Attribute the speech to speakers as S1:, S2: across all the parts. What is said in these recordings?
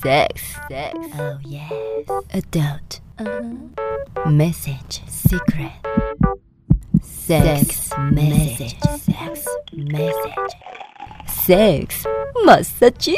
S1: Sex, sex, oh yes. Adult, Uh-huh. message, secret. Sex, message, sex, message. Sex, massage.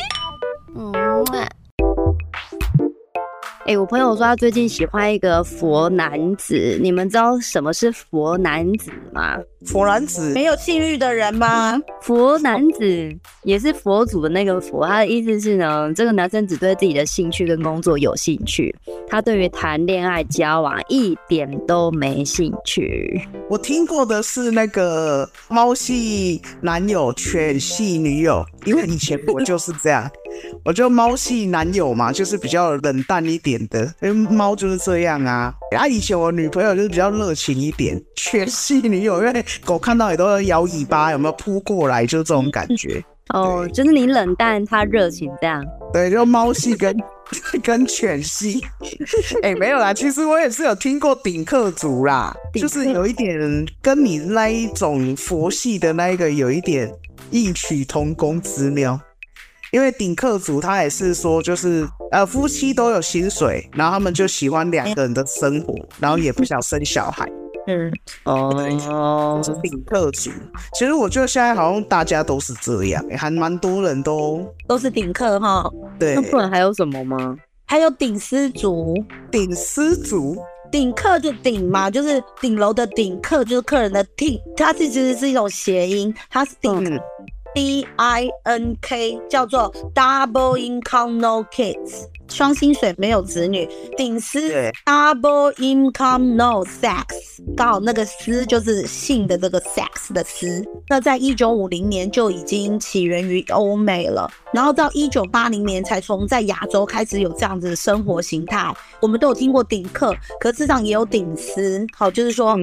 S2: 哎、我朋友说他最近喜欢一个佛男子，你们知道什么是佛男子吗？
S3: 佛男子
S4: 没有性欲的人吗？
S2: 佛男子也是佛祖的那个佛，他的意思是呢，这个男生只对自己的兴趣跟工作有兴趣，他对于谈恋爱、交往一点都没兴趣。
S3: 我听过的是那个猫系男友、犬系女友，因为以前我就是这样，我就猫系男友嘛，就是比较冷淡一点的，因为猫就是这样啊。啊，以前我女朋友就是比较热情一点，犬系女友，因为狗看到也都会摇尾巴，有没有扑过来，就是这种感觉。
S2: 哦，就是你冷淡，他热情这样。
S3: 对，就猫系跟 跟 犬系。哎、没有啦，其实我也是有听过顶客族啦，
S2: 顶
S3: 就是有一点跟你那一种佛系的那一个有一点异曲同工之妙。因为顶客族他也是说，就是呃夫妻都有薪水，然后他们就喜欢两个人的生活，然后也不想生小孩，
S4: 嗯，
S2: 哦
S3: 是顶客族。其实我觉得现在好像大家都是这样，还蛮多人都
S4: 都是顶客哈，
S3: 对
S2: 那不然还有什么吗？
S4: 还有顶丝族，
S3: 顶丝族。
S4: 顶客就顶嘛，就是顶楼的顶客，就是客人的顶，它这其实是一种谐音，它是顶、
S3: 嗯
S4: D I N K，叫做 Double Income No Kids，双薪水没有子女，顶丝
S3: 对
S4: Double Income No Sex，刚好那个丝就是性的这个 sex 的丝，那在一九五零年就已经起源于欧美了，然后到一九八零年才从在亚洲开始有这样子的生活形态。我们都有听过顶客，可是上也有顶丝，好，就是说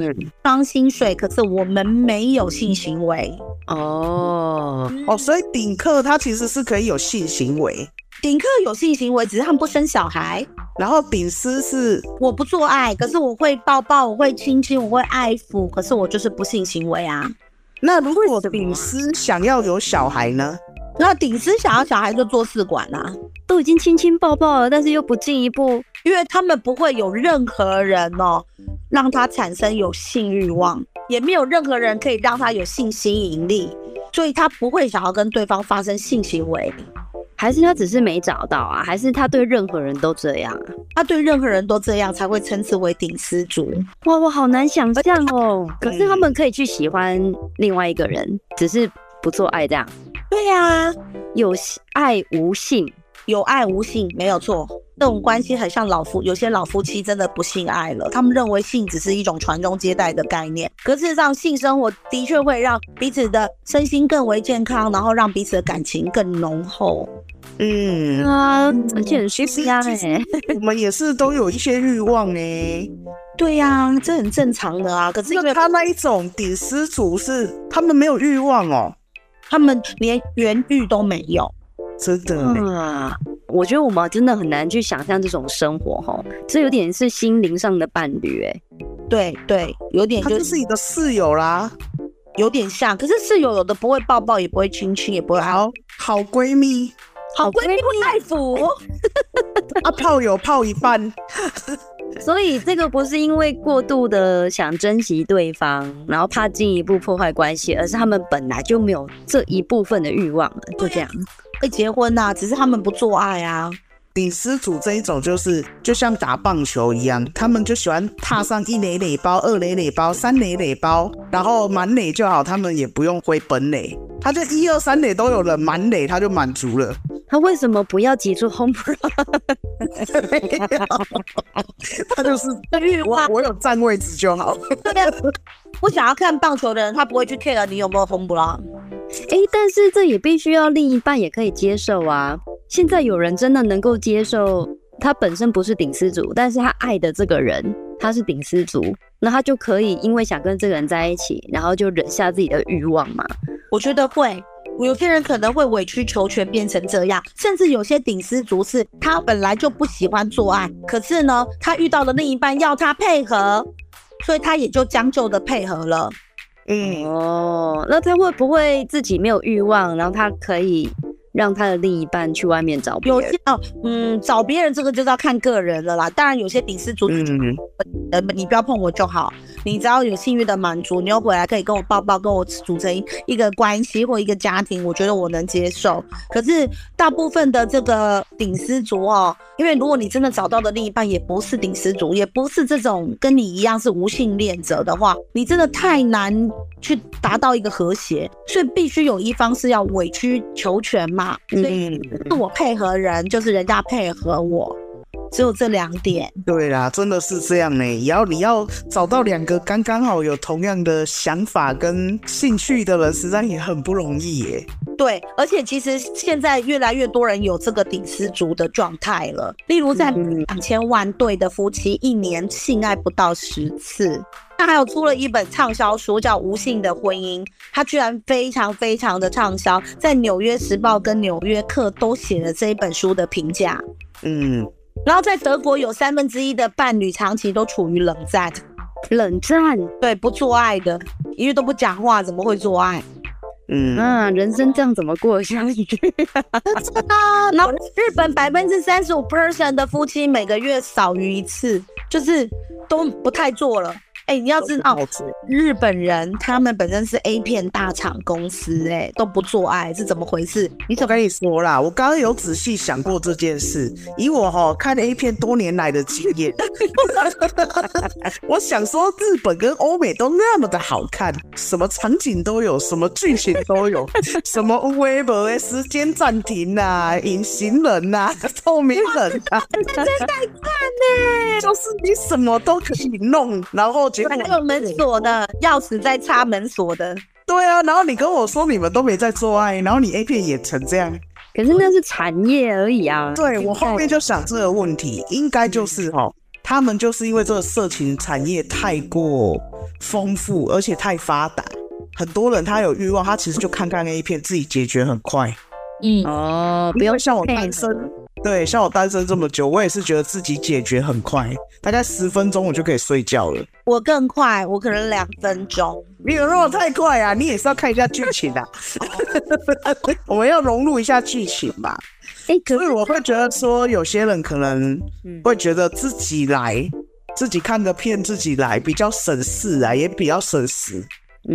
S4: 双薪水，可是我们没有性行为。
S2: 哦，
S3: 哦，所以顶客他其实是可以有性行为，
S4: 顶客有性行为，只是他们不生小孩。
S3: 然后顶丝是
S4: 我不做爱，可是我会抱抱，我会亲亲，我会爱抚，可是我就是不性行为啊。
S3: 那如果顶丝想要有小孩呢？
S4: 那顶丝想要小孩就做试管啊，
S1: 都已经亲亲抱抱了，但是又不进一步，
S4: 因为他们不会有任何人哦，让他产生有性欲望，也没有任何人可以让他有性吸引力，所以他不会想要跟对方发生性行为。
S1: 还是他只是没找到啊？还是他对任何人都这样啊？
S4: 他对任何人都这样，才会称之为顶丝族。
S1: 哇，我好难想象哦。可是
S3: 嗯
S1: 他们可以去喜欢另外一个人，只是不做爱这样，
S4: 对呀、啊，
S1: 有性爱无性。
S4: 有爱无性，没有错。这种关系很像老夫，有些老夫妻真的不性爱了，他们认为性只是一种传宗接代的概念。可事实上，性生活的确会让彼此的身心更为健康，然后让彼此的感情更浓厚。
S3: 嗯，
S1: 啊，而且很
S3: 其实
S1: 舒压
S3: 其
S1: 哎、
S3: 实我们也是都有一些欲望呢、
S4: 对呀、这很正常的啊。可是因为
S3: 那他那一种顶丝族是他们没有欲望哦，
S4: 他们连原欲都没有，
S3: 真的呢、
S1: 啊， 我觉得我们真的很难去想象这种生活吼，这有点是心灵上的伴侣哎、
S4: 对对，有点
S3: 他
S4: 就
S3: 就是你的室友啦，
S4: 有点像。可是室友有的不会抱抱，也不会亲亲，也不会爱，
S3: 好好闺蜜
S4: 好闺蜜哎不爱抚。
S3: 啊，泡友泡一半，
S1: 所以这个不是因为过度的想珍惜对方，然后怕进一步破坏关系，而是他们本来就没有这一部分的欲望了，就这样。
S4: 会结婚呐、只是他们不做爱啊。
S3: 顶丝族这一种就是就像打棒球一样，他们就喜欢踏上一垒垒包、二垒垒包、三垒垒包，然后满垒就好，他们也不用回本垒，他就一二三垒都有了，满垒他就满足了。
S1: 他为什么不要急 住 home run？
S3: 他就是
S4: 欲
S3: 我我有占位置就好。
S4: 我想要看棒球的人，他不会去 care 你有没有红不啦。
S1: 哎、但是这也必须要另一半也可以接受啊。现在有人真的能够接受，他本身不是顶丝族，但是他爱的这个人他是顶丝族，那他就可以因为想跟这个人在一起，然后就忍下自己的欲望嘛。
S4: 我觉得会，有些人可能会委曲求全变成这样，甚至有些顶丝族是他本来就不喜欢做爱，可是呢，他遇到了另一半要他配合，所以他也就将就的配合了。
S3: 嗯，
S1: 哦，那他会不会自己没有欲望，然后他可以让他的另一半去外面找别
S4: 有
S1: 人
S4: 些？哦，嗯，找别人这个就是要看个人了啦。当然，有些顶丝族，
S3: 嗯，
S4: 呃，你不要碰我就好。你只要有幸运的满足，你又回来可以跟我抱抱，跟我组成一个关系或一个家庭，我觉得我能接受。可是大部分的这个顶丝族哦，因为如果你真的找到的另一半也不是顶丝族，也不是这种跟你一样是无性恋者的话，你真的太难去达到一个和谐，所以必须有一方是要委曲求全嘛。所以
S3: 嗯，
S4: 是我配合人，就是人家配合我，只有这两点。
S3: 对啦，真的是这样呢、也要你要找到两个刚刚好有同样的想法跟兴趣的人，实在也很不容易耶、
S4: 对，而且其实现在越来越多人有这个顶丝族的状态了，例如在两千万对的夫妻，一年性爱不到十次。那还有出了一本畅销书叫《无性的婚姻》，它居然非常非常的畅销，在《纽约时报》跟《纽约客》都写了这一本书的评价。
S3: 嗯，
S4: 然后在德国有三分之一的伴侣长期都处于冷战，
S1: 冷战
S4: 对，不做爱的，因为都不讲话，怎么会做爱？
S3: 嗯，
S1: 啊，人生这样怎么过下去？
S4: 啊，然后日本百分之三十五 percent 的夫妻每个月少于一次，就是都不太做了。哎、你要知道，
S3: 好吃
S4: 日本人他们本身是 A 片大厂公司、哎，都不做爱是怎么回事？
S3: 你我跟你说啦，我刚刚有仔细想过这件事。以我哈、看 A 片多年来的经验， 我想说日本跟欧美都那么的好看，什么场景都有，什么剧情都有， 什么 Web 时间暂停啊、隐形人呐、 透明人啊，真的看呢，就是你什么都可以弄，然后结果
S4: 还有门锁的钥匙在插门锁的，
S3: 对啊，然后你跟我说你们都没在做爱，然后你 A 片演成这样。
S1: 可是那是产业而已啊。
S3: 对我后
S1: 现在
S3: 面就想这个问题，应该
S1: 嗯
S3: 就是哈、他们就是因为这个色情产业太过丰富，而且太发达，很多人他有欲望，他其实就看看 A 片，自己解决很快。
S4: 嗯，
S1: 哦，不
S3: 因
S1: 用
S3: 为像我
S1: 配
S3: 单身
S1: 合，
S3: 对，像我单身这么久，我也是觉得自己解决很快，大概十分钟我就可以睡觉了。
S4: 我更快，我可能两分钟。
S3: 你有那么太快啊？你也是要看一下剧情啊， 我们要融入一下剧情吧。
S1: 哎，可
S3: 所以我会觉得说，有些人可能
S1: 嗯
S3: 会觉得自己来，自己看个片自己来比较省事啊，也比较省时。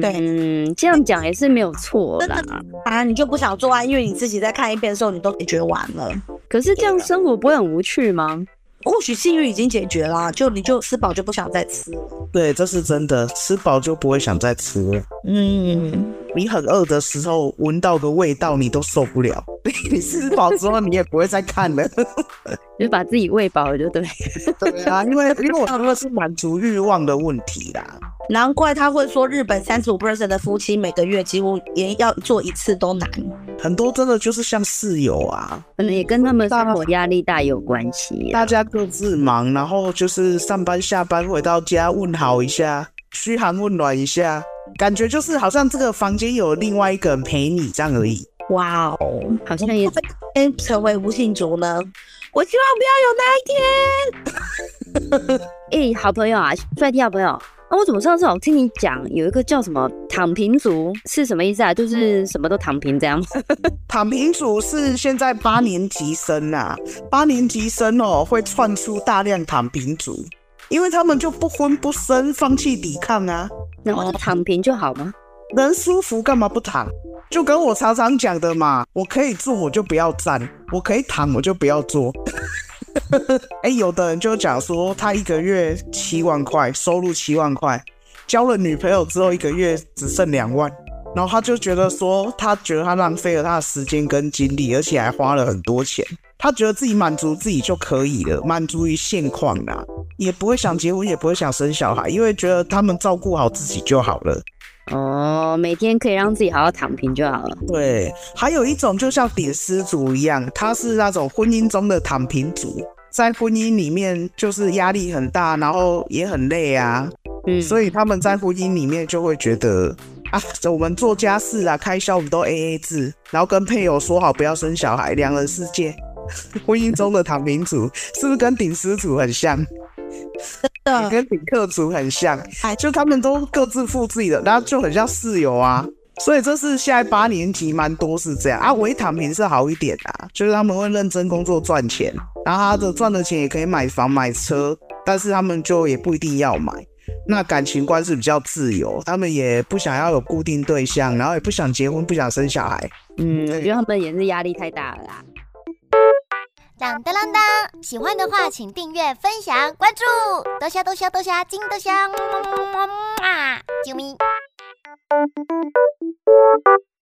S4: 对
S1: 嗯，这样讲也是没有错啦。
S4: 啊，你就不想做爱，因为你自己在看一遍的时候，你都解决完了。
S1: 可是这样生活不会很无趣吗？
S4: 或许性欲已经解决了，啊就你就吃饱就不想再吃了。
S3: 对，这是真的，吃饱就不会想再吃了。
S4: 嗯，
S3: 你很饿的时候，闻到个味道你都受不了。 你吃饱之后，你也不会再看 了。
S1: 就把自己喂饱了就对。
S3: 对啊，因为因为我觉得是满足欲望的问题啦。
S4: 难怪他会说日本三十五 percent 的夫妻每个月几乎连要做一次都难。
S3: 很多真的就是像室友啊，
S1: 可能也跟他们生活压力大有关系。
S3: 大家各自忙，然后就是上班下班回到家问好一下，嘘寒问暖一下，感觉就是好像这个房间有另外一个人陪你这样而已。
S4: 哇哦，
S1: 好像也
S4: 哎，成为无性族呢？我希望不要有那一天。
S1: 哎、好朋友啊，帅弟好朋友啊，我怎么上次我听你讲有一个叫什么躺平族是什么意思啊？就是什么都躺平这样吗？
S3: 躺平族是现在八年级生啊，八年级生哦会窜出大量躺平族，因为他们就不婚不生，放弃抵抗啊，
S1: 那我就躺平就好吗？
S3: 人舒服干嘛不躺？就跟我常常讲的嘛，我可以坐我就不要站，我可以躺我就不要坐。 哎、有的人就讲说他一个月七万块，收入七万块，交了女朋友之后一个月只剩两万，然后他就觉得说他觉得他浪费了他的时间跟精力，而且还花了很多钱。他觉得自己满足自己就可以了，满足于现况啦，也不会想结婚，也不会想生小孩，因为觉得他们照顾好自己就好了。
S1: 哦，每天可以让自己好好躺平就好了。
S3: 对，还有一种就像点丝族一样，他是那种婚姻中的躺平族，在婚姻里面就是压力很大，然后也很累啊，
S1: 嗯，
S3: 所以他们在婚姻里面就会觉得啊，我们做家事啊，开销我们都 A A 制，然后跟配偶说好不要生小孩，两人世界。 婚姻中的躺平族是不是跟顶丝族很像？也
S4: 的，
S3: 跟顶客族很像
S4: 哎，
S3: 就他们都各自付自己的，然后就很像室友啊。所以这是现在八年级蛮多是这样啊，唯躺平是好一点啊，就是他们会认真工作赚钱，然后他的赚的钱也可以买房买车，但是他们就也不一定要买。那感情观是比较自由，他们也不想要有固定对象，然后也不想结婚，不想生小孩。
S2: 嗯，我觉得他们也是压力太大了啦。
S5: 当当当当！喜欢的话，请订阅、分享、关注，多虾多虾多虾，金多虾，么么么么么啊！啾咪。